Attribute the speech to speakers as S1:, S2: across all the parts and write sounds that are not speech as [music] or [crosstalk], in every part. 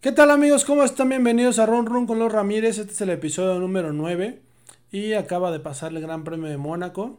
S1: ¿Qué tal amigos? ¿Cómo están? Bienvenidos a Run Run con los Ramírez. Este es el episodio número 9 y acaba de pasar el Gran Premio de Mónaco.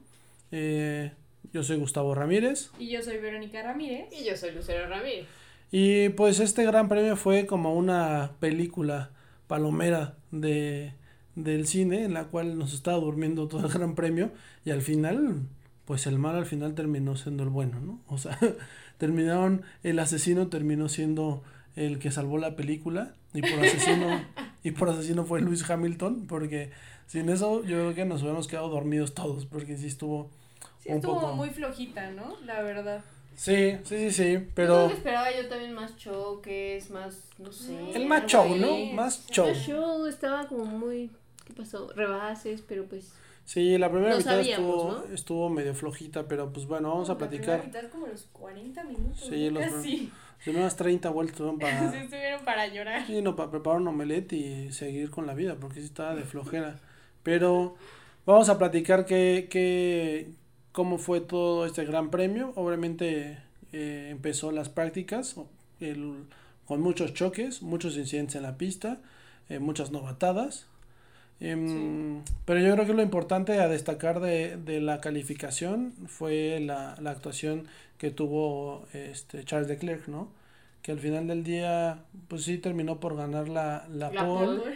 S1: Eh, yo soy Gustavo Ramírez
S2: Y yo soy Verónica Ramírez.
S3: Y yo soy Lucero Ramírez.
S1: y pues este Gran Premio fue como una película palomera de, del cine en la cual nos estaba durmiendo todo el Gran Premio y al final pues el mal al final terminó siendo el bueno, ¿no? O sea, [laughs] terminaron, el asesino terminó siendo el que salvó la película y por asesino, y por asesino fue Luis Hamilton, porque sin eso yo creo que nos hubiéramos quedado dormidos todos, porque sí estuvo...
S2: Sí,
S1: Un
S2: estuvo
S1: poco.
S2: muy flojita, ¿no? La verdad.
S1: Sí, sí, sí, sí,
S3: Pero
S1: pero
S3: esperaba yo también más show, que es más, no sé.
S1: el más show, ¿no?
S3: algo
S1: Más
S3: así.
S1: show.
S3: Más show estaba como muy ¿qué pasó? Rebases, pero pues
S1: Sí, la primera
S3: Lo
S1: mitad
S3: sabíamos,
S1: estuvo,
S3: ¿no?
S1: estuvo medio flojita, pero pues bueno, vamos a
S2: La primera
S1: platicar.
S2: mitad como los 40 minutos.
S1: Sí,
S2: ¿no?
S1: los-
S2: [laughs] Casi.
S1: Las primeras 30 vueltas
S3: [laughs]
S1: fueron para...
S2: [laughs] Sí, estuvieron para [laughs] llorar.
S1: Sí, no, para preparar un omelette y seguir con la vida, porque sí estaba de flojera. Pero vamos a platicar que, cómo fue todo este gran premio. Obviamente eh, empezó las prácticas el- con muchos choques, muchos incidentes en la pista, eh, muchas novatadas. Em, Pero yo creo que lo importante a destacar de, de la calificación fue la, la actuación que tuvo este Charles Leclerc, ¿no? que al final del día, pues sí terminó por ganar la, la,
S3: La
S1: pole,
S3: pole,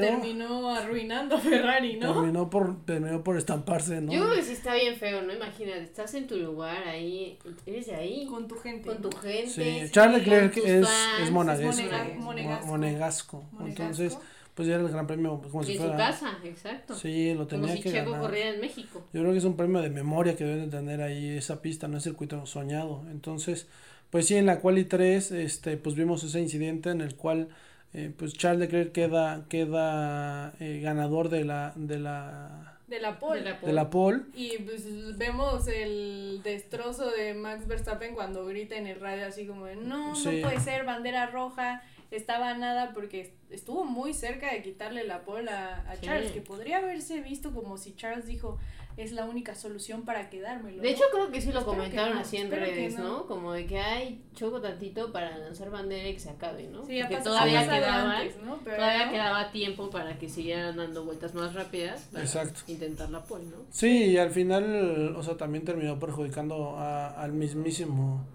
S1: pero,
S2: terminó arruinando a Ferrari, ¿no?
S1: terminó, por, terminó por estamparse, ¿no?
S3: yo creo que sí está bien feo, ¿no? Imagínate, estás en tu lugar ahí, eres de ahí con,
S2: Con tu gente.
S3: tu gente.
S1: Sí, Charles
S3: con
S1: Leclerc
S3: tus
S1: es-
S3: fans,
S1: es monegasco.
S3: monegasco.
S1: Mo-
S2: Monegasco.
S1: monegasco.
S2: Monegasco.
S1: Entonces, pues ya era el gran premio pues, como
S3: Y
S1: si
S3: en su
S1: fuera.
S3: casa, exacto.
S1: Sí, lo
S3: como
S1: tenía
S3: si
S1: que
S3: Checo
S1: ganar.
S3: corriera en México.
S1: Yo creo que es un premio de memoria que deben de tener ahí esa pista, no es circuito soñado. Entonces, pues sí, en la quali 3, este, pues vimos ese incidente en el cual eh, pues Charles Leclerc queda, queda eh, ganador de la, de la,
S2: De la pole.
S3: De la
S1: de la pole.
S2: Y pues vemos el destrozo de Max Verstappen cuando grita en el radio así como de, no,
S1: Sí.
S2: no puede ser, bandera roja, estaba a nada porque estuvo muy cerca de quitarle la pole a, a
S3: Sí.
S2: Charles, que podría haberse visto como si Charles dijo, es la única solución para quedármelo.
S3: De
S2: ¿no?".
S3: hecho, creo que sí lo
S2: Espero que
S3: comentaron
S2: no,
S3: así en
S2: espero que
S3: redes,
S2: no.
S3: no. Como de que hay choco tantito para lanzar bandera y que se acabe, ¿no?
S2: Sí, ha
S3: Porque
S2: pasado- ha
S3: todavía
S2: pasado
S3: quedaban,
S2: antes, ¿no? Pero
S3: todavía
S2: no.
S3: quedaba tiempo para que siguieran dando vueltas más rápidas para
S1: Exacto.
S3: intentar la pole, ¿no?
S1: Sí, y al final, o sea, también terminó perjudicando a- al mismísimo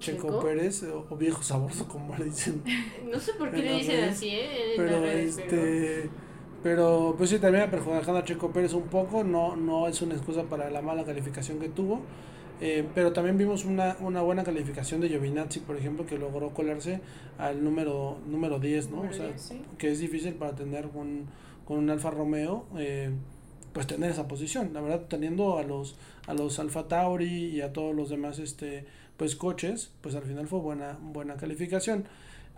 S1: Checo,
S3: ¿Checo?
S1: Pérez, o, o viejo sabroso, [laughs] como le dicen.
S3: No sé por qué
S1: En
S3: le
S1: las
S3: dicen
S1: redes.
S3: así, ¿eh? En
S1: Pero,
S3: las redes, pero-
S1: este, pero, pues sí, termina perjudicando a Checo Pérez un poco, no, no es una excusa para la mala calificación que tuvo. eh, pero también vimos una, una buena calificación de Giovinazzi, por ejemplo, que logró colarse al número, número 10, Pues ¿no?
S2: Número
S1: o sea,
S2: 10, sí.
S1: que es difícil para tener un, con un Alfa Romeo, eh, pues tener esa posición. La verdad, teniendo a los, a los Alfa Tauri y a todos los demás este, pues, coches, pues al final fue buena, buena calificación.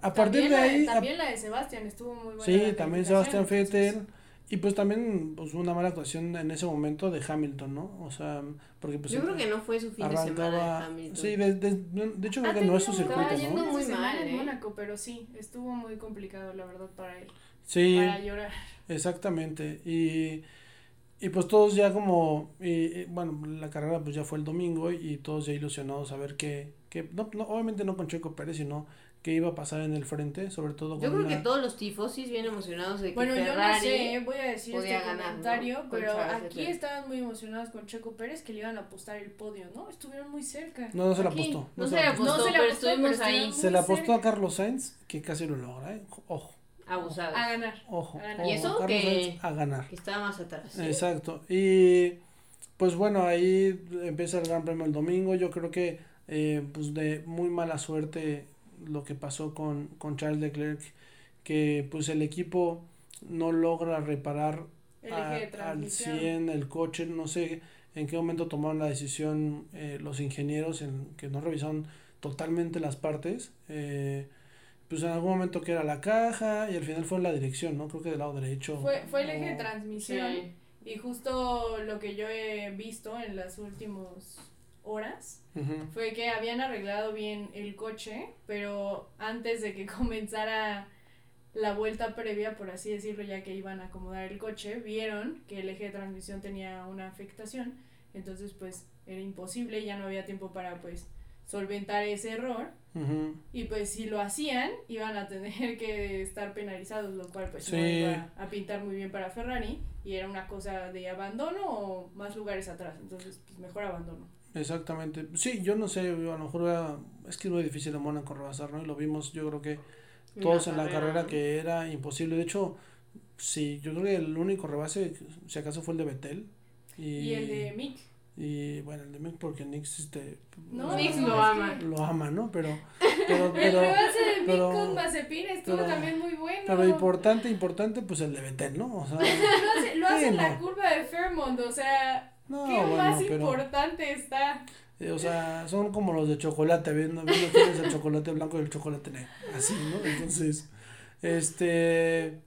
S1: A partir
S2: También,
S1: de ahí,
S2: la,
S1: a-
S2: también la de Sebastián estuvo muy buena.
S1: sí,
S2: la
S1: también Sebastián
S2: calificación,
S1: Vettel. Y pues también pues, una mala actuación en ese momento de Hamilton, ¿no? O sea, porque pues...
S3: Yo creo que no fue su fin de semana de
S1: arrancaba-
S3: Hamilton.
S1: Sí, de, de- de hecho creo
S2: Ha
S1: que no es su
S2: tenido
S1: circuito,
S2: una
S3: estaba
S1: ¿no?
S3: yendo muy
S2: semana
S3: mal,
S2: en
S3: ¿eh?
S2: Mónaco, pero sí, estuvo muy complicado, la verdad, para él.
S1: Sí.
S2: Para llorar.
S1: Exactamente. Y, y pues todos ya como, y, y, bueno, la carrera pues ya fue el domingo y todos ya ilusionados a ver qué, qué no, no, obviamente no con Checo Pérez, sino qué iba a pasar en el frente, sobre todo
S3: Yo
S1: con
S3: creo que
S1: una-
S3: todos los tifosis bien emocionados de que
S2: Bueno, yo no
S3: Ferrari-
S2: sé, voy a decir
S3: podía
S2: este
S3: ganar, ¿no?
S2: comentario,
S3: Con
S2: pero
S3: Charles
S2: aquí
S3: Leclerc.
S2: estaban muy emocionados con Checo Pérez que le iban a apostar el podio, ¿no? Estuvieron muy cerca.
S1: No, no se la
S3: Aquí,
S1: apostó.
S3: no se la apostó,
S2: No se la
S3: pero
S2: apostó,
S3: estuvimos
S2: pero
S3: ahí
S2: estuvimos-
S1: Se la
S2: muy cerca.
S1: apostó a Carlos Sainz, que casi lo logra, ¿eh? Ojo,
S3: abusados.
S1: pues,
S2: A ganar.
S1: ojo.
S2: A ganar.
S1: ojo,
S3: Y eso
S1: Carlos
S3: que-
S1: Sainz a ganar.
S3: Que estaba más atrás.
S1: Eh, Exacto. Y pues bueno, ahí empieza el Gran Premio el domingo. Yo creo que eh, pues de muy mala suerte lo que pasó con, con Charles Leclerc, que pues el equipo no logra reparar
S2: El
S1: a-
S2: eje de
S1: al
S2: transmisión.
S1: 100 el coche. No sé en qué momento tomaron la decisión eh, los ingenieros en que no revisaron totalmente las partes. eh, pues en algún momento que era la caja y al final fue en la dirección, ¿no? Creo que del lado derecho.
S2: Fue, fue el eje de
S1: o-
S2: transmisión
S3: Sí.
S2: y justo lo que yo he visto en las últimas horas
S1: Ujú.
S2: fue que habían arreglado bien el coche, pero antes de que [laughs] comenzara la vuelta previa, por así decirlo, ya que iban a acomodar el coche, vieron que el eje de transmisión tenía una afectación, entonces pues era imposible, ya no había tiempo para pues solventar ese error.
S1: Ujú.
S2: Y pues si lo hacían, iban a tener [laughs] que estar penalizados, lo cual pues no
S1: Sí.
S2: iba a pintar muy bien para Ferrari. Y era una cosa de abandono o más lugares atrás. Entonces, pues mejor abandono.
S1: Exactamente. Sí, yo no sé, a lo mejor era- es que es muy difícil a Mónaco rebasar, ¿no? Y lo vimos, yo creo que todos en la carrera
S3: ¿no?
S1: que era imposible. De hecho, sí, yo creo que el único rebase, si acaso, fue el de Betel. Y,
S2: Y el de Mick.
S1: y, bueno, el de Mick, porque Nix este,
S2: No,
S3: Mick
S2: no,
S3: lo
S2: es que-
S3: ama.
S1: lo ama, ¿no?
S2: [laughs]
S1: Pero, pero,
S2: El
S1: pero,
S2: rebase de Mick
S1: pero-
S2: con Mazepin estuvo
S1: pero-
S2: también muy bueno.
S1: pero importante, importante, pues el de Betel, ¿no?
S2: [laughs]
S1: O sea,
S2: Lo hace, lo hace
S1: Sí,
S2: en la
S1: no.
S2: curva de Fairmont, o sea,
S1: no,
S2: ¿qué más
S1: bueno, pero.
S2: importante está?
S1: Eh, O sea, son como los de chocolate, viendo, viendo quién es el chocolate blanco y el chocolate negro. Así, ¿no? Entonces, este,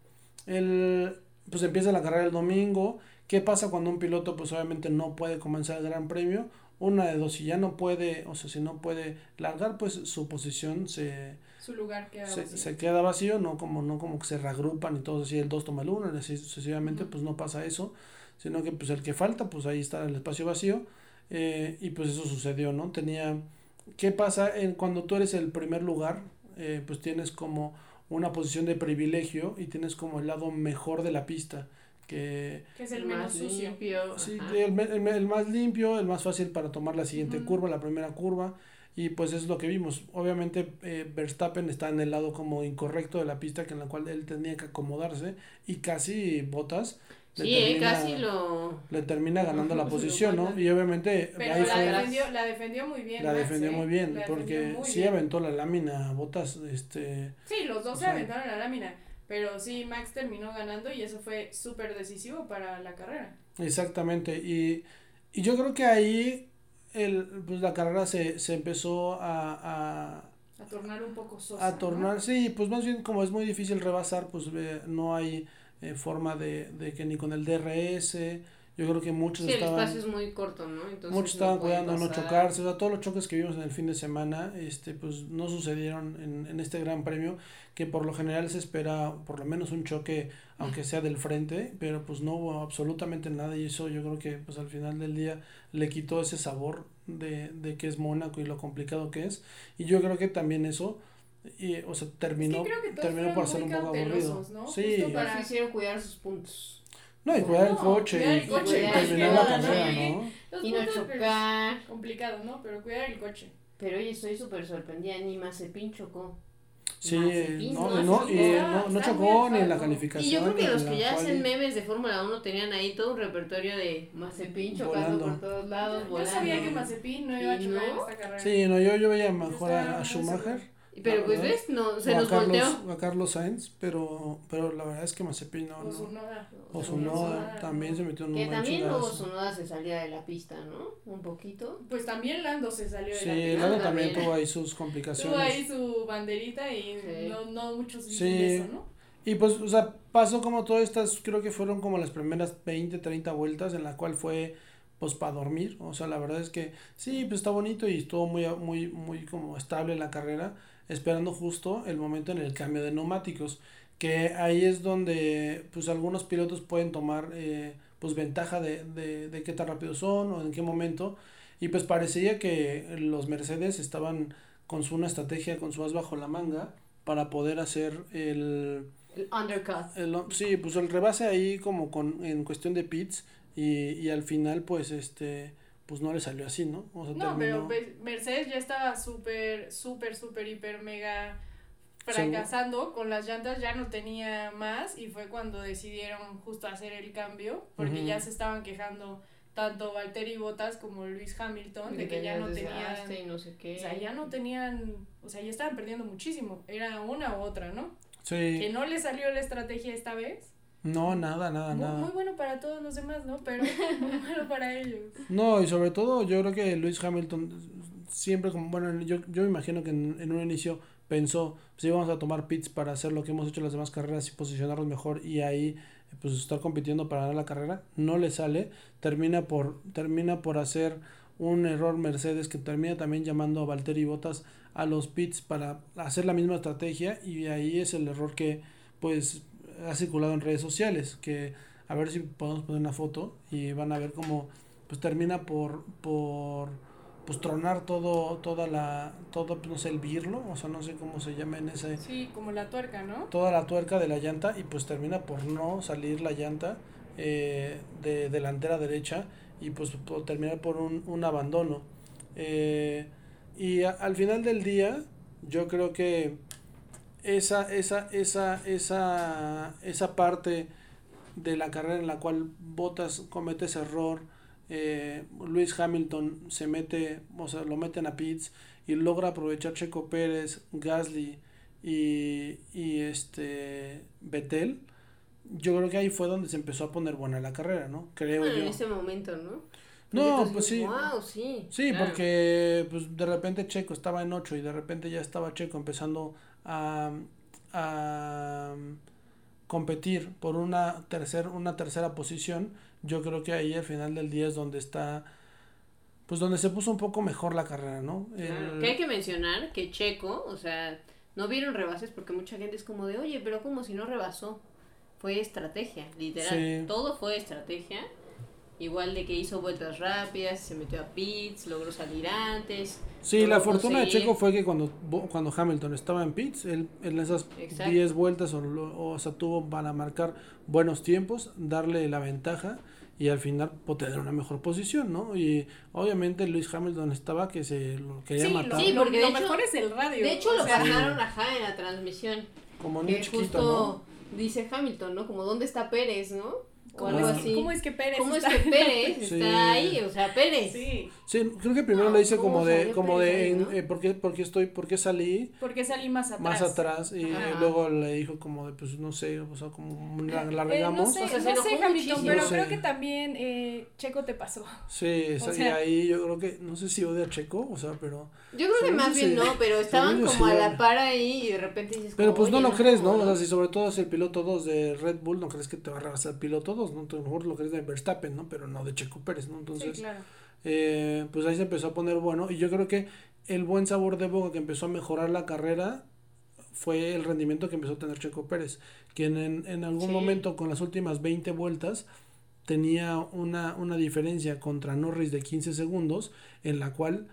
S1: el, pues empieza la carrera el domingo. ¿Qué pasa cuando un piloto, pues obviamente no puede comenzar el Gran Premio? Una de dos, si ya no puede, o sea, si no puede largar, pues su posición se,
S2: Su lugar que
S1: se, se queda vacío, no como, no como que se reagrupan y todos así, el 2 toma el 1, y así sucesivamente,
S2: Ujú.
S1: pues no pasa eso, sino que pues el que falta, pues ahí está el espacio vacío, eh, y pues eso sucedió, ¿no? Tenía, ¿qué pasa en, cuando tú eres el primer lugar? Eh, pues tienes como una posición de privilegio y tienes como el lado mejor de la pista, que
S2: que es el menos
S3: Más
S2: sucio.
S3: limpio,
S1: Sí,
S3: ajá.
S1: el, me- el me- el más limpio, el más fácil para tomar la siguiente
S2: Ujú.
S1: curva, la primera curva. Y pues es lo que vimos. Obviamente eh, Verstappen está en el lado como incorrecto de la pista que en la cual él tenía que acomodarse y casi botas.
S3: Sí, eh, casi lo...
S1: le termina ganando la
S3: Ujú, se lo
S1: posición, ¿no?
S3: manda.
S1: Y obviamente
S2: Pero
S1: ahí
S2: la
S1: fue-
S2: defendió, la defendió muy bien.
S1: la
S2: Max,
S1: defendió
S2: ¿eh?
S1: muy bien,
S2: La defendió
S1: porque
S2: muy
S1: sí
S2: bien.
S1: aventó la lámina, botas, este...
S2: Sí, los dos
S1: o
S2: se
S1: sea-
S2: aventaron la lámina. Pero sí, Max terminó ganando y eso fue súper decisivo para la carrera.
S1: Exactamente, y, y yo creo que ahí el, pues la carrera se, se empezó a, a,
S2: A tornar un poco sosa.
S1: a
S2: ¿no?
S1: tornar, sí, pues más bien como es muy difícil rebasar, pues ve, no hay eh, forma de, de que ni con el DRS, yo creo que muchos
S3: Sí, el
S1: estaban,
S3: espacio es muy corto, ¿no? Entonces
S1: muchos estaban
S3: no pueden
S1: cuidando no
S3: pasar.
S1: chocarse, o sea, todos los choques que vimos en el fin de semana, este, pues no sucedieron en, en este gran premio, que por lo general se espera por lo menos un choque, aunque sea del frente, pero pues no hubo absolutamente nada y eso yo creo que pues al final del día le quitó ese sabor de, de que es Mónaco y lo complicado que es, y yo creo que también eso... Y, o sea, terminó,
S2: Es que creo que todos
S1: terminó
S2: fueron
S1: por ser un
S2: muy
S1: poco aburrido.
S2: cautelosos, ¿no?
S1: Sí,
S2: Justo
S3: Pero
S2: para-
S3: sí hicieron cuidar sus puntos.
S1: no, y cuidar el
S2: No,
S1: coche,
S2: cuidar
S1: y-
S2: el
S1: y,
S2: coche,
S3: es que
S1: terminar la
S3: no,
S1: carrera,
S2: sí.
S1: ¿no?
S2: Los
S3: Y no
S2: puntos, pues. pero-
S3: chocar.
S2: Complicado, ¿no? Pero cuidar el coche.
S3: Pero oye, estoy súper sorprendida, ni Mazepin chocó.
S1: Sí,
S3: Mazepin,
S1: no, y
S2: sí,
S1: no,
S2: sí,
S1: y
S2: está-
S1: no, no
S2: está muy
S1: chocó ni en la
S2: enfermo.
S1: calificación.
S3: Y yo creo
S1: ni
S3: que
S1: en
S3: los
S1: la
S3: que ya
S1: quali.
S3: hacen memes de Fórmula 1 tenían ahí todo un repertorio de Mazepin chocando
S1: Volando.
S3: por todos lados,
S2: Yo- Yo
S3: volando.
S2: sabía que Mazepin no iba a
S3: Y
S2: chocar en
S3: no.
S2: esta carrera.
S1: Sí, no, yo, yo veía mejor
S2: estaba
S1: a, a
S2: muy
S1: Schumacher
S2: segura.
S3: Y- Pero
S1: La
S3: pues
S1: verdad.
S3: ves, no,
S1: o
S3: se
S1: a
S3: nos
S1: Carlos,
S3: volteó.
S1: o a Carlos Sainz, pero, pero la verdad es que Mazepin no,
S2: O su
S1: no.
S2: noda.
S1: O su
S2: Tsunoda,
S1: no, también se metió en un
S3: Que
S1: buen
S3: también luego
S1: chingadazo.
S3: Sonoda se salía de la pista, ¿no? Un poquito.
S2: Pues también Lando se salió de la
S1: Sí,
S2: pista.
S1: Lando
S3: Ah,
S1: también
S3: también.
S1: tuvo ahí sus complicaciones.
S2: Tuvo ahí su banderita y
S3: Sí.
S2: no, no muchos
S1: Sí.
S2: dicen eso, ¿no?
S1: Y pues, o sea, pasó como todas estas, creo que fueron como las primeras 20, 30 vueltas en la cual fue pues para dormir, o sea, la verdad es que sí, pues está bonito y estuvo muy muy muy como estable la carrera, esperando justo el momento en el cambio de neumáticos, que ahí es donde pues algunos pilotos pueden tomar eh, pues ventaja de, de, de qué tan rápidos son o en qué momento, y pues parecía que los Mercedes estaban con su una estrategia, con su as bajo la manga, para poder hacer el
S3: El undercut.
S1: el- sí, pues el rebase ahí como con en cuestión de pits y, y al final pues este pues no le salió así, ¿no? O sea,
S2: No,
S1: terminó-
S2: pero pues, Mercedes ya estaba súper, súper, súper, hiper, mega
S1: Seguro.
S2: fracasando con las llantas, ya no tenía más y fue cuando decidieron justo hacer el cambio porque
S1: Ujú.
S2: ya se estaban quejando tanto Valtteri Bottas como Luis Hamilton de que ya no tenían
S3: desgaste y no sé qué.
S2: O sea, ya no tenían, o sea, ya estaban perdiendo muchísimo. Era una u otra, ¿no?
S1: Sí.
S2: Que no le salió la estrategia esta vez.
S1: No, nada, nada,
S2: Muy,
S1: Ah, nada.
S2: muy bueno para todos los demás, ¿no?
S1: [laughs]
S2: Pero muy bueno para ellos.
S1: No, y sobre todo yo creo que Luis Hamilton siempre como, bueno, yo, yo me imagino que en, en un inicio pensó, si vamos a tomar pits para hacer lo que hemos hecho en las demás carreras y posicionarnos mejor y ahí pues estar compitiendo para ganar la carrera, no le sale, termina por, termina por hacer un error Mercedes que termina también llamando a Valtteri Bottas a los pits para hacer la misma estrategia y ahí es el error que pues ha circulado en redes sociales, que a ver si podemos poner una foto y van a ver cómo pues termina por por pues tronar todo, toda la, todo, pues, no sé, el birlo, o sea, no sé cómo se llama en ese,
S2: Sí, como la tuerca, ¿no?
S1: toda la tuerca de la llanta y pues termina por no salir la llanta eh, de delantera derecha y pues po- terminar por un, un abandono. Eh, y a- al final del día yo creo que esa, esa, esa, esa, esa parte de la carrera en la cual Botas comete ese error, eh, Luis Hamilton se mete, o sea, lo meten a pits y logra aprovechar Checo Pérez, Gasly y, y este Betel, yo creo que ahí fue donde se empezó a poner buena la carrera, ¿no? Creo
S3: Bueno, Ah, en este
S1: yo.
S3: ese momento, ¿no?
S1: No, pues sí.
S3: Wow, sí.
S1: Sí,
S3: claro.
S1: porque pues, de repente Checo estaba en 8 y de repente ya estaba Checo empezando a, a competir por una, tercer, una tercera posición. Yo creo que ahí al final del día es donde está, pues donde se puso un poco mejor la carrera, ¿no?
S3: Claro,
S1: El-
S3: Que hay que mencionar que Checo, o sea, no vieron rebases porque mucha gente es como de, oye, pero como si no rebasó. Fue estrategia, literal.
S1: Sí.
S3: Todo fue estrategia. Igual de que hizo vueltas rápidas, se metió a pits, logró salir antes.
S1: Sí, la
S3: logró
S1: fortuna de
S3: conseguir-
S1: Checo fue que cuando, Bo- cuando Hamilton estaba en pits, él en esas
S3: Exacto.
S1: 10 vueltas o, lo- o sea, tuvo para marcar buenos tiempos, darle la ventaja y al final pues, tener una mejor posición, ¿no? Y obviamente Luis Hamilton estaba que se lo quería
S2: Sí, lo,
S1: matar
S3: sí,
S2: lo-
S3: porque
S2: lo
S3: de hecho-
S2: mejor es el radio.
S3: De hecho,
S2: o
S3: lo
S2: sea,
S3: bajaron ajá en la transmisión.
S1: como niño
S3: Que
S1: chiquito,
S3: justo dice Hamilton, ¿no? Como, ¿dónde está Pérez, no? O
S2: ¿cómo,
S3: algo
S2: es que,
S3: así.
S2: ¿Cómo es que Pérez?
S3: ¿Cómo es
S2: está-
S3: que Pérez
S1: [laughs]
S3: está
S1: Sí.
S3: ahí? O sea,
S2: [laughs]
S3: Pérez.
S2: Sí,
S1: ¿no? Sí, creo que primero
S3: No,
S1: le hice
S3: ¿cómo
S1: como de,
S3: salió
S1: como
S3: Pérez
S1: de,
S3: ahí,
S1: en-
S3: no?
S1: eh, ¿por, qué, por qué estoy, por qué salí?
S2: porque salí más atrás.
S1: Más atrás y
S3: Ajá.
S1: eh, luego le dijo como de, pues no sé, o sea, como la, la
S2: Eh, no
S1: regamos.
S2: sé,
S3: O sea, se
S2: no sé,
S3: enojó
S2: Hamilton,
S3: muchísimo.
S2: pero
S1: Sí.
S2: creo que también eh, Checo te pasó.
S1: Sí, esa- y
S2: sea-
S1: ahí yo creo que, no sé si odia a Checo, o sea, pero...
S3: Yo creo que
S1: Según
S3: más
S1: yo
S3: bien
S1: sí.
S3: no, pero estaban
S1: Según yo
S3: como
S1: sí
S3: a
S1: era.
S3: la par ahí y de repente dices
S1: Pero
S3: como,
S1: pues no
S3: "Oye,
S1: lo crees, ¿no?
S3: ¿no?
S1: O sea, si sobre todo es el piloto 2 de Red Bull, no crees que te va a rebasar el piloto 2, ¿no? A lo mejor lo crees de Verstappen, ¿no? Pero no de Checo Pérez, ¿no? Entonces,
S2: sí, claro.
S1: eh, pues ahí se empezó a poner bueno. Y yo creo que el buen sabor de boca que empezó a mejorar la carrera fue el rendimiento que empezó a tener Checo Pérez, quien en, en algún
S3: Sí.
S1: momento con las últimas 20 vueltas tenía una, una diferencia contra Norris de 15 segundos, en la cual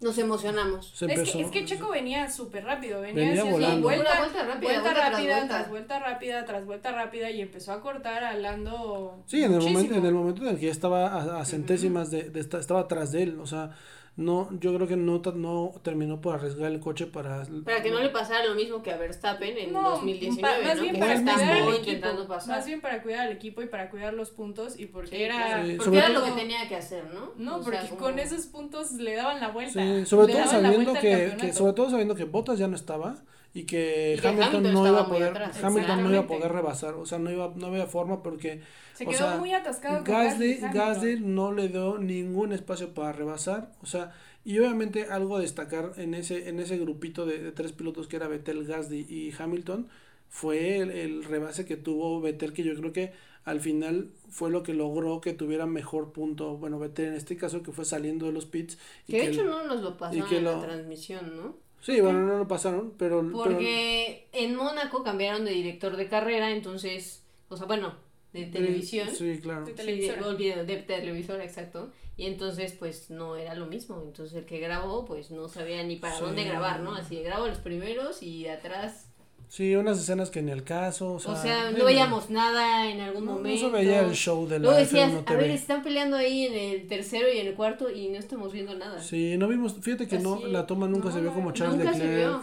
S3: Nos emocionamos.
S1: se
S2: Es
S1: empezó...
S2: que, es que Checo venía súper rápido, venía,
S1: Venía
S2: haciendo
S1: volando.
S2: vuelta,
S3: Una vuelta rápida,
S2: vuelta
S3: vuelta tras
S2: rápida,
S3: vuelta.
S2: tras vuelta rápida, tras vuelta rápida y empezó a cortar a Lando
S1: Sí, en el, momento,
S2: muchísimo.
S1: en el momento en el que ya estaba a, a centésimas de, de esta- estaba atrás de él, o sea, no, yo creo que no, ta- no terminó por arriesgar el coche para...
S3: Para que no le pasara lo mismo que a Verstappen en
S2: No,
S3: 2019,
S2: pa- más
S3: ¿no?
S2: bien
S3: que
S2: para
S3: se
S1: cuidar
S3: estancó
S1: al equipo,
S3: intentando pasar.
S2: Más bien para cuidar al equipo y para cuidar los puntos y porque
S3: Sí,
S2: era...
S3: claro.
S1: Sí, sobre
S3: porque era lo
S2: todo-
S3: que tenía que hacer, ¿no?
S2: No,
S3: O sea,
S2: porque
S3: como-
S2: con esos puntos le daban la vuelta.
S1: Sí, sobre
S2: le
S1: todo
S2: daban la
S1: sabiendo
S2: vuelta al
S1: que, que-
S2: campeonato.
S1: sobre todo sabiendo que Bottas ya no estaba y que,
S3: Y que
S1: Hamilton,
S3: Hamilton
S1: no iba a
S3: estaba muy
S1: poder
S3: atrás,
S1: Hamilton no iba a
S2: exactamente.
S1: poder rebasar, o sea, no iba no había forma porque
S2: Se
S1: o
S2: quedó
S1: sea,
S2: muy atascado con
S1: Gasly,
S2: Hamilton.
S1: Gasly no le dio ningún espacio para rebasar, o sea, y obviamente algo a destacar en ese, en ese grupito de, de tres pilotos que era Vettel, Gasly y Hamilton, fue el, el rebase que tuvo Vettel, que yo creo que al final fue lo que logró que tuviera mejor punto, bueno, Vettel en este caso que fue saliendo de los pits. y
S3: Que de
S1: que
S3: hecho
S1: el-
S3: no nos lo pasaron
S1: que
S3: en
S1: lo-
S3: la transmisión, ¿no?
S1: Sí, bueno, no lo pasaron, pero... pero-
S3: Porque en Mónaco cambiaron de director de carrera, entonces, o sea, bueno, de televisión.
S1: eh, Sí, claro.
S2: De
S3: Sí,
S2: televisora.
S3: de, olvidé, de televisora, exacto. Y entonces, pues no era lo mismo. Entonces, el que grabó, pues no sabía ni para
S1: Sí.
S3: dónde grabar, ¿no? Así, grabo los primeros y de atrás.
S1: Sí, unas escenas que ni el caso, o
S3: O
S1: sea...
S3: sea,
S1: sí,
S3: no veíamos nada en algún
S1: No, no
S3: momento.
S1: se veía el show de la
S3: Luego decías,
S1: F1
S3: a ver,
S1: TV.
S3: están peleando ahí en el tercero y en el cuarto y no estamos viendo nada.
S1: Sí, no vimos, fíjate que no,
S3: Así,
S1: la toma nunca
S2: no,
S1: se vio
S2: no,
S1: como Charles
S3: Nunca se
S1: Leclerc.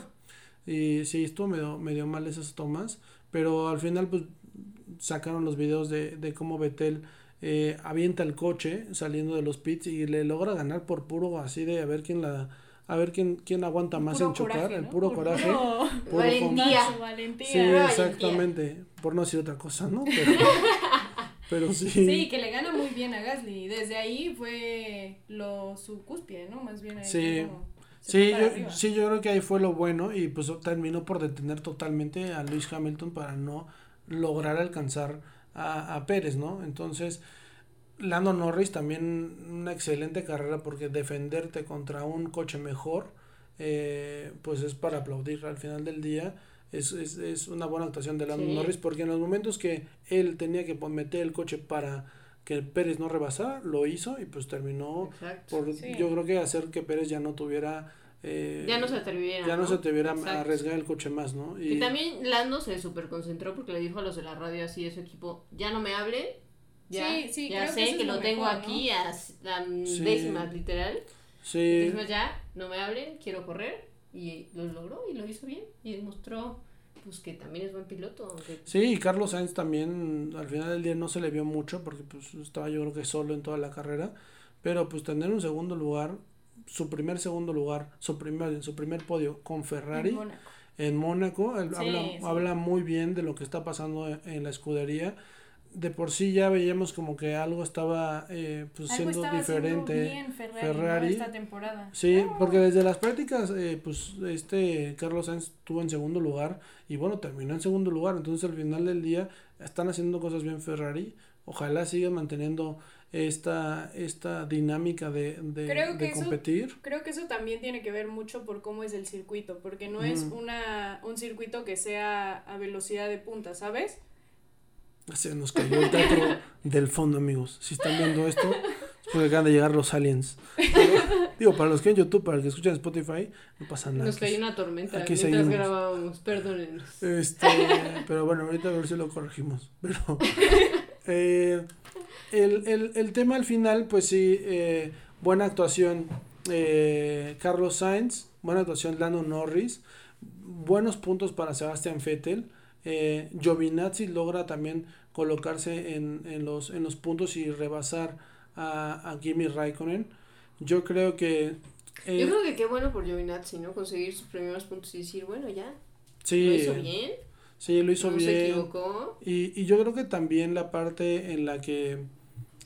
S3: vio.
S1: Y sí, estuvo medio, medio mal esas tomas, pero al final pues sacaron los videos de, de cómo Betel eh, avienta el coche saliendo de los pits y le logra ganar por puro así de a ver quién la a ver quién quién aguanta más
S2: Puro
S1: en chocar,
S2: coraje,
S1: el
S2: ¿no?
S1: puro
S2: Por
S1: coraje.
S2: puro- [laughs]
S1: puro
S3: Valentía.
S1: con-
S2: Su valentía.
S1: Sí,
S3: valentía.
S1: exactamente, por no decir otra cosa, ¿no? Pero,
S2: [laughs]
S1: pero sí.
S2: Sí, que le gana muy bien a Gasly. Desde ahí fue lo, su cúspide, ¿no? Más bien ahí.
S1: Sí.
S2: fue como- se
S1: Sí
S2: fue para
S1: yo,
S2: arriba.
S1: sí, yo creo que ahí fue lo bueno y pues terminó por detener totalmente a Luis Hamilton para no lograr alcanzar a, a Pérez, ¿no? Entonces, Lando Norris también una excelente carrera porque defenderte contra un coche mejor, eh, pues es para aplaudir al final del día. Es, es, es una buena actuación de Lando
S3: Sí.
S1: Norris porque en los momentos que él tenía que pon- meter el coche para que Pérez no rebasara, lo hizo y pues terminó
S3: Exacto.
S1: por
S2: Sí.
S1: yo creo que hacer que Pérez ya no tuviera eh,
S3: Ya no se atrevieron.
S1: ya no se atreviera a
S3: Exacto.
S1: arriesgar el coche más, ¿no?
S3: Que también Lando se superconcentró porque le dijo a los de la radio así de su equipo, ya no me hablen, ya,
S2: Sí, sí,
S3: ya
S2: creo que
S3: sé
S2: eso
S3: que,
S2: es
S3: lo
S2: lo
S3: tengo
S2: mejor, ¿no?
S3: aquí a, s- a
S1: Sí.
S3: décimas literal.
S1: sí,
S3: Dijimos ya, no me hablen, quiero correr y lo logró y lo hizo bien y demostró pues que también es buen piloto. aunque-
S1: sí, y Carlos Sainz también al final del día no se le vio mucho porque pues estaba yo creo que solo en toda la carrera, pero pues tener un segundo lugar, su primer segundo lugar, su primer su primer podio con Ferrari.
S2: En Mónaco.
S1: en Mónaco. él
S2: Sí,
S1: habla,
S2: sí.
S1: habla muy bien de lo que está pasando en, en la escudería. De por sí ya veíamos como que algo estaba eh, pues,
S2: Algo
S1: siendo
S2: estaba haciendo
S1: diferente.
S2: bien Ferrari,
S1: Ferrari.
S2: ¿no? esta temporada.
S1: Sí, porque desde las prácticas, eh, pues este Carlos Sainz estuvo en segundo lugar y bueno, terminó en segundo lugar. Entonces al final del día están haciendo cosas bien Ferrari. Ojalá sigan manteniendo esta, esta dinámica de, de,
S2: Creo
S1: de
S2: que eso-
S1: competir.
S2: Creo que eso también tiene que ver mucho por cómo es el circuito, porque no es
S1: Ujú.
S2: una, un circuito que sea a velocidad de punta, ¿sabes?
S1: Se nos cayó el teatro
S2: [laughs]
S1: del fondo, amigos. Si están viendo esto, es porque acaban de llegar los aliens. Pero, digo, para los que en YouTube, para los que escuchan en Spotify, no pasa nada.
S3: Nos cayó una tormenta
S1: aquí
S3: mientras
S1: seguimos.
S3: grabábamos, perdónenos. [laughs]
S1: Este, pero bueno, ahorita a ver si lo corregimos. Pero [laughs] eh, el, el, el tema al final, pues sí, eh, buena actuación eh, Carlos Sainz, buena actuación Lando Norris, buenos puntos para Sebastián Vettel. Eh, Giovinazzi logra también colocarse en, en, los, en los puntos y rebasar a, a Kimi Raikkonen. Yo creo que. eh,
S3: Yo creo que qué bueno por Giovinazzi, ¿no? Conseguir sus primeros puntos y decir, bueno, ya,
S1: sí,
S3: lo hizo bien,
S1: sí, lo hizo
S3: no
S1: bien.
S3: se equivocó.
S1: Y, y yo creo que también la parte en la que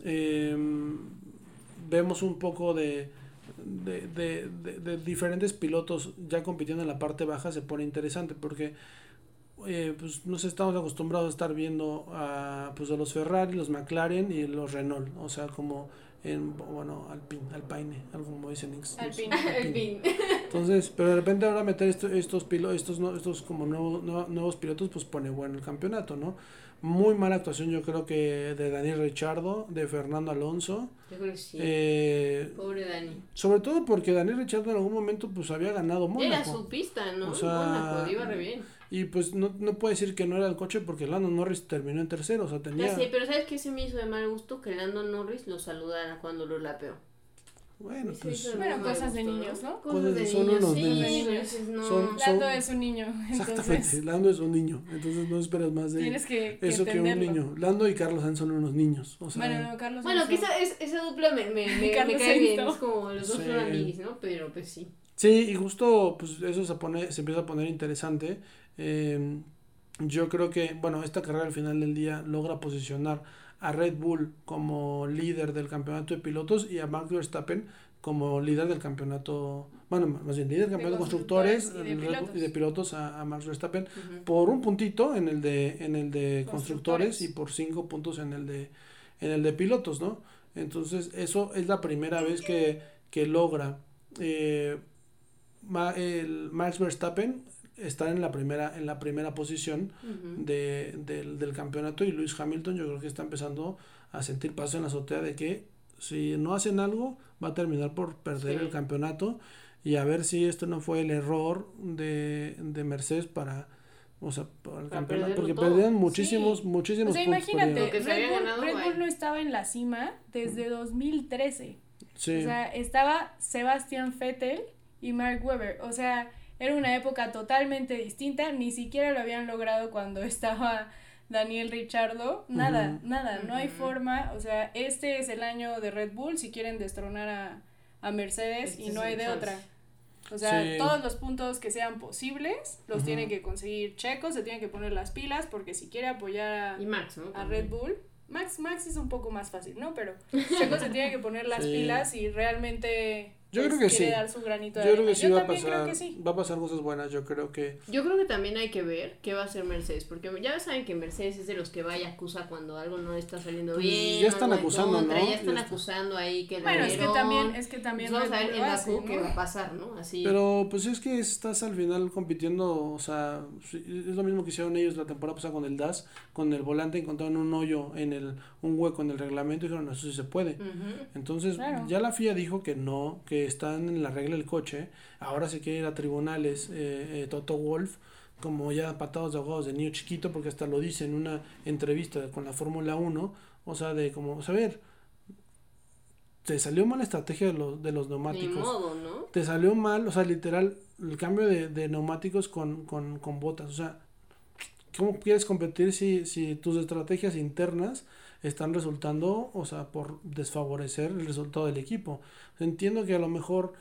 S1: em, vemos un poco de, de, de- de- de diferentes pilotos ya compitiendo en la parte baja se pone interesante porque eh, pues nos estamos acostumbrados a estar viendo a, pues, a los Ferrari, los McLaren y los Renault, o sea, como en, bueno, Alpine, Alpine, algo como dicen. ex- no sé,
S2: Alpine.
S3: [laughs] En fin.
S1: entonces, pero de repente ahora meter esto- estos pilo- estos no- estos como nuevos, nueva- nuevos pilotos, pues pone bueno el campeonato, ¿no? Muy mala actuación yo creo que de Daniel Richardo, de Fernando Alonso,
S3: Yo creo que sí.
S1: eh,
S3: Pobre Dani.
S1: sobre todo porque Daniel Richardo en algún momento pues había ganado
S3: Era
S1: Mónaco
S3: su pista, ¿no?
S1: O sea,
S3: Mónaco, iba re bien.
S1: y pues no, no puede decir que no era el coche porque Lando Norris terminó en tercero, o sea,
S3: Ya
S1: tenía...
S3: sé, Ah, pero ¿sabes qué se me hizo de mal gusto? Que Lando Norris lo saludara cuando lo lapeó.
S1: Bueno,
S3: Se
S1: pues
S3: hizo de
S2: Bueno,
S3: muy mal
S2: cosas de
S3: gusto,
S2: niños, ¿no?
S1: Cosas
S3: Cosas de
S1: de- son
S3: niños,
S1: unos
S3: sí,
S2: niños.
S3: pero dices, no.
S1: Son-
S2: Lando
S1: Son-
S2: es un niño,
S1: exactamente,
S2: entonces
S1: Lando es un niño, entonces no esperas más de
S2: tienes que, que
S1: eso que un
S2: entenderlo.
S1: niño. Lando y Carlos Sainz son unos niños, o sea...
S2: Bueno, no, Carlos.
S3: Bueno,
S2: Sainz
S3: que
S2: no.
S3: esa, es- esa dupla me, me, me- me
S2: Carlos
S3: cae bien,
S2: Sainz,
S3: es como los dos
S1: Sí.
S3: son amiguis, ¿no? Pero pues sí.
S1: Sí, y justo pues eso se pone, se empieza a poner interesante. Eh, yo creo que, bueno, esta carrera al final del día logra posicionar a Red Bull como líder del campeonato de pilotos y a Max Verstappen como líder del campeonato, bueno, más bien líder del campeonato de
S2: constructores
S1: constructores
S2: y
S1: el
S2: de
S1: Red Bull-
S2: pilotos.
S1: y de pilotos a, a Max Verstappen
S3: Ujú.
S1: por un puntito en el de, en el de constructores
S2: Constructores.
S1: y por cinco puntos en el de, en el de pilotos, ¿no? Entonces, eso es la primera vez que, que logra eh, Ma- el Max Verstappen estar en la primera, en la primera posición
S3: Ujú.
S1: de, del, del campeonato y Lewis Hamilton yo creo que está empezando a sentir paso en la azotea de que si no hacen algo va a terminar por perder
S3: Sí.
S1: el campeonato y a ver si esto no fue el error de, de Mercedes para o sea para el
S3: Para
S1: campeonato
S3: perderlo
S1: porque
S3: todo.
S1: perdían muchísimos
S2: Sí.
S1: muchísimos
S2: O sea,
S1: puntos
S2: imagínate,
S1: perdieron.
S3: que se había
S2: Red Bull,
S3: ganado,
S2: Red
S3: güey.
S2: Bull no estaba en la cima desde 2013.
S1: Sí.
S2: O sea, estaba Sebastián Vettel y Mark Webber. O sea, era una época totalmente distinta. Ni siquiera lo habían logrado cuando [laughs] estaba Daniel Richardo. Nada,
S1: Ujú.
S2: nada. No hay
S3: Ujú.
S2: forma. O sea, este es el año de Red Bull si quieren destronar a, a Mercedes
S3: Este
S2: Pues, y
S3: es
S2: no
S3: el
S2: hay de
S3: chance.
S2: otra. O sea,
S1: Sí.
S2: todos los puntos que sean posibles los
S1: Ujú.
S2: tiene que conseguir Checo, se tiene que poner las pilas porque si quiere apoyar a,
S3: Y Max, ¿no?
S2: a Red Bull.
S1: [laughs]
S2: Max, Max es un poco más fácil, ¿no? Pero Checo se tiene que poner las
S1: Sí.
S2: pilas y realmente
S1: Yo
S2: pues,
S1: creo que sí.
S2: quiere dar su granito
S1: Yo
S2: de
S1: creo
S2: arena.
S1: que sí
S2: Yo
S1: va a
S2: también
S1: pasar.
S2: creo que sí.
S1: Va a pasar cosas buenas. Yo creo que.
S3: Yo creo que también hay que ver qué va a hacer Mercedes, porque ya saben que Mercedes es de los que va y acusa cuando algo no está saliendo
S1: Pues,
S3: bien.
S1: ya
S3: o
S1: están
S3: algo en
S1: acusando,
S3: contra,
S1: ¿no?
S3: Ya están
S1: Ya está.
S3: acusando ahí que
S2: Bueno, es que
S3: dieron.
S2: también, es que
S3: Pues
S2: también
S3: vamos a
S2: Red
S3: ver
S2: Bull
S3: en
S2: lo
S3: Bakú
S2: hace, ¿no?
S3: qué va a pasar, ¿no? Así.
S1: Pero pues es que estás al final compitiendo. O sea, sí, es lo mismo que hicieron ellos la temporada pasada con el DAS. Con el volante encontraron un hoyo en el. Un hueco en el reglamento y dijeron, eso sí se puede.
S3: Ujú.
S1: Entonces,
S2: Claro.
S1: ya la FIA dijo que no, que están en la regla del coche. Ahora se quiere ir a tribunales, eh, eh, Toto Wolf, como ya patados de abogados de niño chiquito, porque hasta lo dice en una entrevista con la Fórmula 1. O sea, de como, saber, te salió mala estrategia de los, de los
S3: Ni
S1: neumáticos
S3: modo, ¿no?
S1: te salió mal, o sea, literal, el cambio de, de neumáticos con, con, con botas. O sea, ¿cómo quieres competir si, si tus estrategias internas están resultando, o sea, por desfavorecer el resultado del equipo? Entiendo que a lo mejor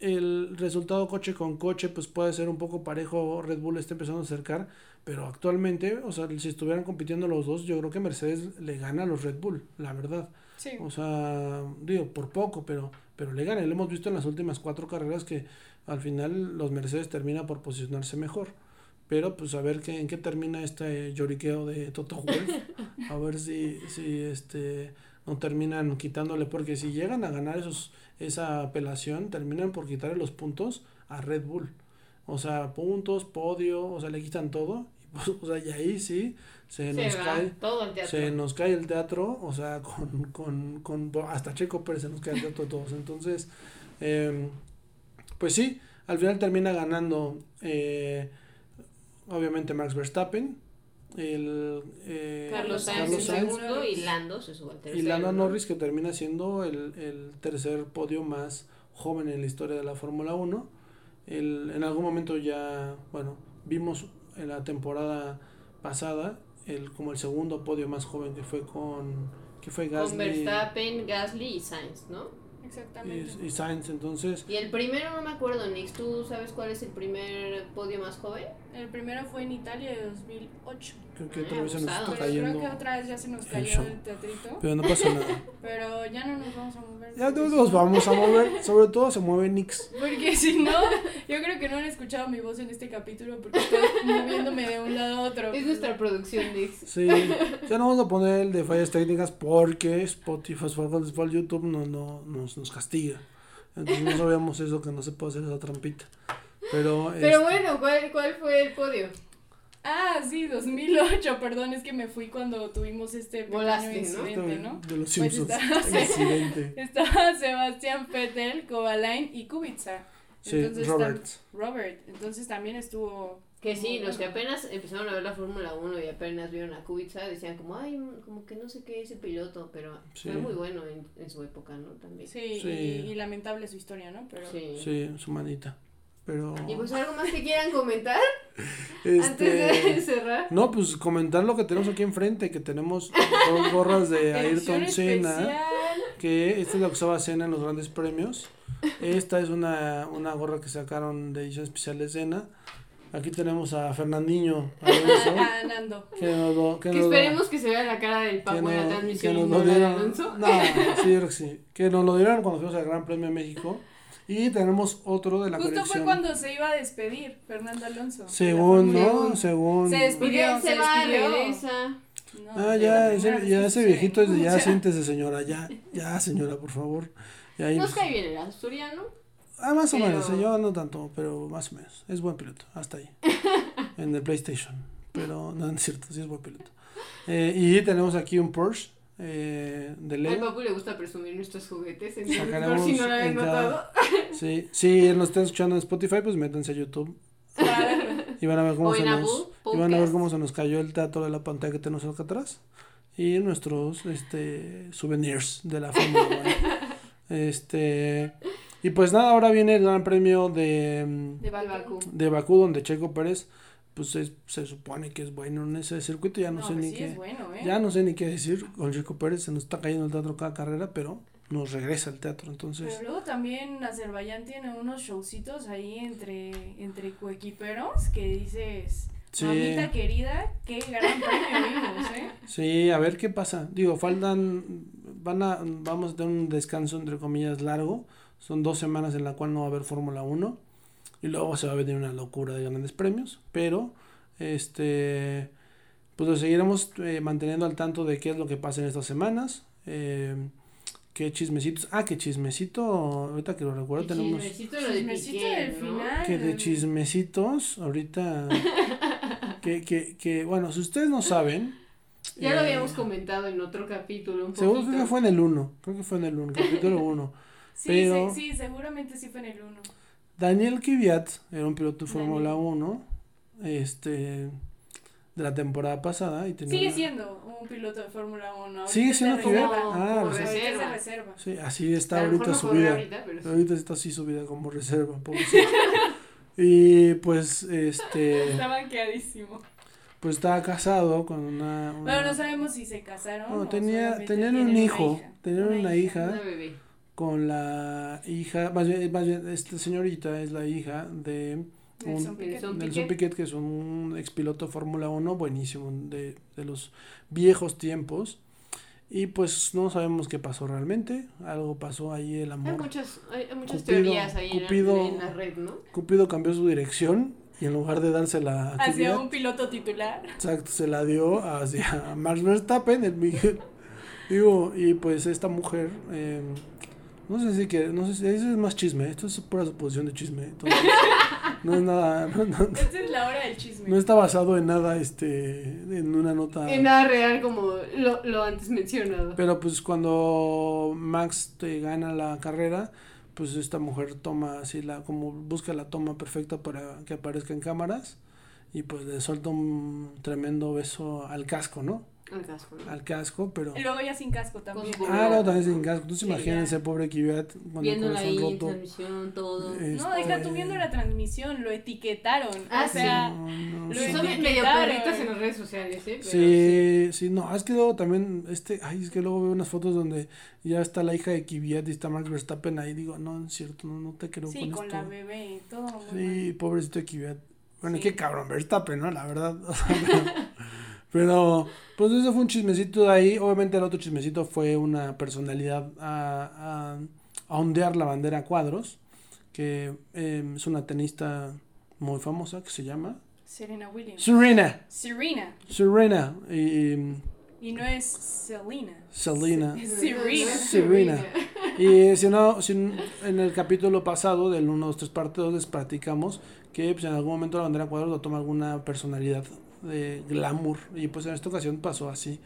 S1: el resultado coche con coche, pues puede ser un poco parejo, Red Bull está empezando a acercar, pero actualmente, o sea, si estuvieran compitiendo los dos, yo creo que Mercedes le gana a los Red Bull, la verdad.
S2: Sí.
S1: O sea, digo, por poco, pero, pero le gana. Lo hemos visto en las últimas cuatro carreras que al final los Mercedes termina por posicionarse mejor. Pero pues a ver qué, en qué termina este lloriqueo de Toto Wolff. A ver si, si este no terminan quitándole, porque si llegan a ganar esos, esa apelación, terminan por quitarle los puntos a Red Bull. O sea, puntos, podio, o sea, le quitan todo. [laughs] Y, pues, o sea, y ahí sí se, nos
S3: va
S1: cae
S3: todo el teatro.
S1: se nos cae el teatro, o sea, con, con, con hasta Checo Pérez se nos cae el teatro a todos. Entonces, eh, pues sí, al final termina ganando, eh, obviamente, Max Verstappen, el, eh,
S3: Carlos Sainz,
S2: Carlos
S3: en
S2: Sainz
S3: segundo y Lando se sube al tercero.
S1: y Lando
S3: ¿no?
S1: Norris, que termina siendo el, el tercer podio más joven en la historia de la Fórmula 1. El, en algún momento ya, bueno, vimos en la temporada pasada el, como el segundo podio más joven que fue con que fue
S3: Con
S1: Gasly
S3: Verstappen, Gasly y Sainz, ¿no?
S2: Exactamente.
S1: y, y Sainz. Entonces,
S3: Y el primero no me acuerdo, Nix. ¿Tú sabes cuál es el primer podio más joven?
S2: El primero fue en Italia de 2008.
S1: creo que
S3: Ah,
S1: otra vez se nos
S3: abusado.
S1: está
S2: Pero
S1: cayendo.
S2: creo que otra vez ya se nos
S1: el show.
S2: cayó el teatrito.
S1: Pero no pasa nada.
S2: Pero ya no nos vamos a mover.
S1: Ya no
S2: porque
S1: nos vamos a mover, sobre todo se mueve Nix.
S2: Porque si no, yo creo que no han escuchado mi voz en este capítulo porque estoy moviéndome de un lado a otro.
S3: Es nuestra producción, Nix.
S1: [laughs] Sí, ya no vamos a poner el de fallas técnicas porque Spotify, Spotify, YouTube no, no, nos, nos castiga. Entonces no sabíamos eso, que no se puede hacer esa trampita. Pero, este,
S3: Pero bueno, ¿cuál, ¿cuál fue el podio?
S2: Ah, sí, 2008, perdón, es que me fui cuando tuvimos este pequeño
S3: Volaste, ¿no?
S2: incidente, ¿no?
S1: de los
S2: Pues
S1: Simpsons,
S2: está-
S1: el
S3: [laughs]
S1: accidente.
S2: Estaba [laughs] Sebastián Vettel, Kovalainen y Kubica.
S1: Sí,
S2: Entonces,
S1: Robert.
S2: tam- Robert, entonces también estuvo
S3: Que sí,
S2: Muy
S3: los que
S2: bueno.
S3: apenas empezaron a ver la Fórmula 1 y apenas vieron a Kubica decían como, ay, como que no sé qué ese piloto, pero
S1: Sí.
S3: fue muy bueno en, en su época, ¿no? También. Sí.
S2: Sí,
S1: Sí.
S2: Y, y lamentable su historia, ¿no? Pero
S1: Sí, su manita. Pero,
S3: Y pues algo más que quieran comentar antes de [laughs]
S1: este...
S3: cerrar.
S1: No, pues comentar lo que tenemos aquí enfrente, que tenemos dos gorras
S3: [laughs]
S1: de
S2: Edición
S1: Ayrton Senna.
S2: especial.
S1: que esta es la octava cena en los grandes premios. Esta es una, una gorra que sacaron de edición especial de cena. Aquí tenemos a Fernandinho Alonso,
S2: [laughs] Ah, Nando.
S1: que nos lo- que
S3: Que
S1: nos lo-
S3: esperemos que se vea la cara del
S1: que
S3: Paco en la
S1: no-
S3: transmisión
S1: que
S3: y
S1: nos
S3: no
S1: lo
S3: la de
S1: dieron.
S3: Alonso.
S1: No, sí, yo creo que sí. Que nos lo dieron cuando fuimos al Gran Premio de México. Y tenemos otro de la
S2: Justo fue
S1: colección.
S2: cuando se iba a despedir Fernando Alonso.
S1: Según,
S2: De la
S1: ¿no?
S2: Fórmula
S1: Según.
S2: Se despi-
S3: [laughs] Porque él
S2: Despidió,
S3: se
S2: se
S3: va,
S2: despidió.
S3: regresa.
S2: uno. No,
S1: Ah, ya,
S2: de la primera
S1: ese,
S2: vez
S1: ya
S2: que
S1: ese
S2: se-
S1: viejito es de
S2: [laughs] o
S1: ya,
S2: sea,
S1: siéntese, señora, ya, ya, señora, por favor. Y ahí,
S3: Nos cae bien el asturiano.
S1: Ah, más o
S3: Pero-
S1: menos, eh, yo no tanto, pero más o menos. Es buen piloto, hasta
S3: [laughs]
S1: ahí. en el PlayStation. Pero no, no es cierto, sí es buen piloto. Eh, y tenemos aquí un Porsche eh, de
S3: Al
S1: Lego.
S3: Papu le gusta presumir nuestros juguetes, entonces por
S1: Sacaremos
S3: si no lo habían
S1: en cada-
S3: notado.
S1: Sí, sí, nos están escuchando en Spotify, pues métanse a YouTube. Y van a ver cómo
S3: O
S1: se
S3: en
S1: nos,
S3: Apple
S1: y van a ver
S3: Podcast.
S1: cómo se nos cayó el teatro de la pantalla que tenemos acá atrás. Y nuestros este souvenirs de la Fórmula
S3: [laughs]
S1: 1. Este. Y pues nada, ahora viene el gran premio de. mm,
S2: De
S3: Al
S2: Bakú.
S3: Bakú.
S1: de Bakú, donde Checo Pérez, pues es- se supone que es bueno en ese circuito, ya no,
S2: No,
S1: sé
S2: pues
S1: ni
S2: sí
S1: qué.
S2: es bueno, ¿eh?
S1: Ya no sé ni qué decir. Con Checo Pérez se nos está cayendo el teatro cada carrera, pero nos regresa el teatro. Entonces,
S2: Pero luego también Azerbaiyán tiene unos showcitos ahí entre, entre coequiperos que dices,
S1: sí,
S2: mamita querida, qué gran premio vimos, ¿eh?
S1: [laughs] sí, a ver qué pasa. Digo, faltan, van a, vamos a tener un descanso entre comillas largo. Son dos semanas en la cual no va a haber Fórmula 1. Y luego se va a venir una locura de grandes premios. Pero, este, pues lo seguiremos eh, manteniendo al tanto de qué es lo que pasa en estas semanas. Eh, qué chismecitos. Ah, que chismecito. Ahorita que lo recuerdo,
S3: El
S1: tenemos.
S3: chismecito lo de
S2: Chismecito
S3: Piqué,
S2: del
S3: ¿no?
S2: final.
S1: Que de chismecitos, ahorita. que, que, que, bueno, si ustedes no saben.
S3: Ya lo
S1: eh,
S3: habíamos comentado en otro capítulo un
S1: Seguro creo
S3: poquito.
S1: que fue en el 1. Creo que fue en el 1, capítulo
S2: [laughs]
S1: 1.
S2: Sí,
S1: pero-
S2: se- sí, seguramente sí fue en el 1.
S1: Daniel Kiviat era un piloto de
S2: Daniel.
S1: Fórmula 1. Este. De la temporada pasada. Y tenía
S2: Sigue
S1: una-
S2: siendo un piloto de Fórmula 1.
S1: Sigue siendo
S2: que
S3: Kivet.
S2: reserva.
S1: Ah,
S2: Ahorita
S1: reserva.
S2: es de reserva.
S1: Sí, así está
S3: A lo mejor
S1: ahorita
S3: no
S1: su
S3: corre
S1: vida.
S3: ahorita, pero sí.
S1: Ahorita está así su vida como reserva.
S2: [laughs]
S1: pobrecito. y pues, este.
S2: Está banqueadísimo.
S1: Pues estaba casado con una. una-
S2: Bueno, no sabemos si se casaron.
S1: Bueno,
S2: o
S1: tenía,
S2: solamente
S1: tenían
S2: tienen
S1: un
S2: una
S1: hijo,
S2: hija.
S1: tenían una, hija,
S3: Una bebé.
S1: con la hija, más bien, más bien, esta señorita es la hija de
S2: Nelson
S1: un-
S2: Piquet.
S3: Nelson.
S1: Nelson Piquet, que es un expiloto de Fórmula 1 buenísimo, de, de los viejos tiempos. Y pues no sabemos qué pasó realmente, algo pasó ahí el
S3: Hay
S1: amor.
S3: muchas, hay, hay muchas
S1: Cupido-
S3: teorías ahí en-
S1: Cupido-
S3: en, la red, ¿no?
S1: Cupido cambió su dirección y en lugar de dársela a
S2: Hacia
S1: Kvyat,
S2: un piloto titular.
S1: Exacto, se la dio hacia Max Verstappen, el Miguel. Digo, y pues esta mujer, eh, no sé si que, no sé si, eso es más chisme, esto es pura suposición de chisme, entonces, no es nada, no, no-
S2: Esta es la hora del chisme.
S1: no está basado en nada, este, en una nota.
S3: En nada real como lo, lo antes mencionado.
S1: Pero pues cuando Max te gana la carrera, pues esta mujer toma así la, como busca la toma perfecta para que aparezca en cámaras, y pues le suelta un tremendo beso al casco, ¿no?
S3: Al casco, ¿no?
S1: al casco, pero...
S2: Y luego ya sin casco también.
S3: Con-
S1: Ah, no, también sin casco. Entonces
S2: Sí,
S1: imagínense, pobre Kiviat, con el
S3: Viéndola ahí,
S1: corazón roto.
S3: transmisión, todo.
S1: Eh,
S2: No,
S1: este-
S2: deja tú viendo la transmisión, lo etiquetaron.
S3: Ah,
S2: o sea,
S1: No, no,
S2: lo
S1: sí.
S3: Son
S2: Sí.
S3: medio
S2: Claro.
S3: perritas en las redes sociales, ¿eh? Pero
S1: Sí, sí, no, es que luego también, este, ay, es que luego veo unas fotos donde ya está la hija de Kiviat y está Max Verstappen ahí, digo, no, es cierto, no, no te creo
S2: sí,
S1: con,
S2: con
S1: esto.
S2: la bebé y todo. muy
S1: Sí, pobrecito de Kiviat. Bueno, y
S2: Sí.
S1: qué cabrón, Verstappen, ¿no? La verdad. [laughs] o sea, pero, pero, pues ese fue un chismecito de ahí. Obviamente el otro chismecito fue una personalidad a, a, a ondear la bandera a cuadros, que eh, es una tenista muy famosa que se llama
S2: mal. Serena Williams.
S1: Serena.
S2: Serena.
S1: Serena. Y, y,
S2: Y no es Selena.
S1: Selena.
S2: Se-
S3: sí.
S2: [laughs] Serena.
S1: Serena. Y si no, si n- en el capítulo pasado del 1, 2, 3, parte 2 les platicamos que pues, en algún momento la bandera cuadros lo toma alguna personalidad de glamour. Y pues en esta ocasión pasó así.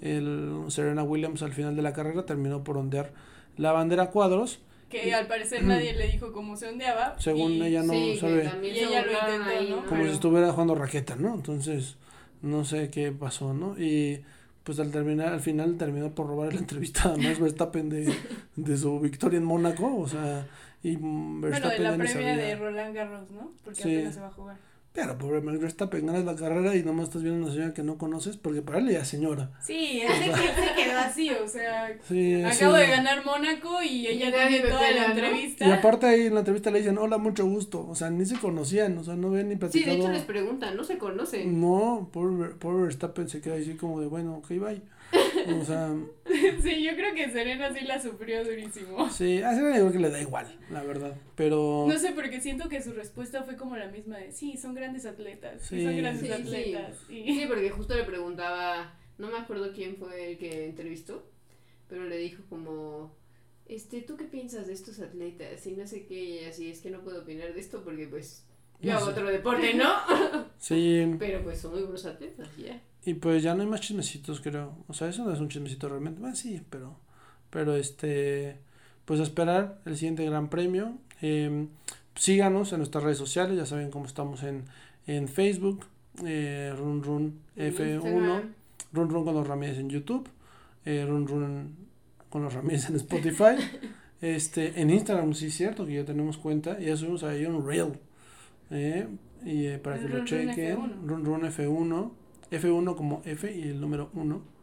S1: El Serena Williams al final de la carrera terminó por ondear la bandera cuadros.
S2: Que al parecer nadie le dijo cómo se ondeaba.
S1: Mm. Según
S2: y-
S1: ella no
S3: sí, que
S1: sabe.
S3: también
S2: Y
S3: se
S2: ella lo
S3: burlaron
S2: intentó,
S3: ahí,
S2: ¿no?
S1: Como
S2: Pero-
S1: si estuviera jugando raqueta, ¿no? Entonces, no sé qué pasó, ¿no? Y pues al terminar, al final terminó por robar la entrevista a Max Verstappen de, de su victoria en Mónaco. O sea, y mm,
S2: Bueno, de
S1: Verstappen
S2: la
S1: ya ni
S2: previa
S1: sabía.
S2: de Roland Garros, ¿no? Porque
S1: Sí.
S2: apenas se va a jugar.
S1: Pero pobre Max Verstappen, ganas la carrera y nomás estás viendo a una señora que no conoces, porque para él ya es señora.
S2: Sí, [laughs] él se, que- se quedó así, o sea,
S1: Sí,
S2: acabo
S1: sí.
S2: de ganar Mónaco y ella
S3: Y nadie
S2: tiene
S3: me
S2: toda
S3: pela,
S2: la
S3: ¿no?
S2: entrevista.
S1: Y aparte ahí en la entrevista le dicen, hola, mucho gusto. O sea, ni se conocían, o sea, no habían ni
S3: Sí,
S1: platicado. Mm.
S3: de hecho les preguntan, no se conocen.
S1: No, pobre, Ver- pobre Verstappen se queda así como de, bueno, ok, bye. O
S2: [laughs]
S1: sea,
S2: [laughs] Sí, yo creo que Serena sí la sufrió durísimo.
S1: sí, a Serena yo creo que le da igual, la verdad. Pero...
S2: No sé, porque siento que su respuesta fue como la misma de, sí, son grandes atletas, sí,
S1: Sí.
S2: son grandes
S3: Sí, sí.
S2: atletas.
S3: Sí,
S2: Y...
S3: porque justo le preguntaba, no me acuerdo quién fue el que entrevistó, pero le dijo como, este, ¿tú qué piensas de estos atletas? Y no sé qué, y así es que no puedo opinar de esto porque pues yo
S1: No
S3: hago
S1: sé.
S3: otro deporte, ¿no?
S1: Sí,
S3: Pero pues son muy buenos atletas, y ya.
S1: y pues ya no hay más chismecitos, creo. O sea, eso no es un chismecito realmente. Bueno, sí, pero... Pero este... Pues a esperar el siguiente gran premio. Eh, síganos en nuestras redes sociales, ya saben cómo estamos en, en Facebook, eh, Run Run
S3: En
S1: F1.
S3: Instagram,
S1: Run Run con los Ramírez en YouTube, eh, Run Run con los Ramírez en Spotify,
S2: [laughs]
S1: este, en Instagram sí es cierto que ya tenemos cuenta, ya subimos ahí un reel, eh, y eh, para que
S2: Run
S1: lo
S2: Run
S1: chequen,
S2: F1.
S1: Run Run F1, F1 como F y el número 1.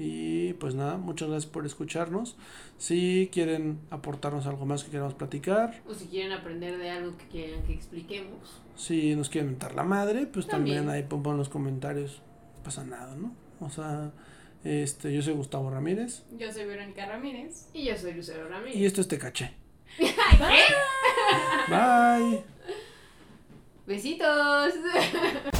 S1: Y pues nada, muchas gracias por escucharnos. Si quieren aportarnos algo más que queramos platicar,
S3: O si quieren aprender de algo que quieran que expliquemos.
S1: si nos quieren mentar la madre, pues también,
S3: También.
S1: ahí pon pon los comentarios, no pasa nada, ¿no? O sea, este, yo soy Gustavo Ramírez.
S2: Yo soy Verónica Ramírez.
S3: Y yo soy Lucero Ramírez.
S1: Y esto es Tecache. Bye.
S3: Besitos. [laughs]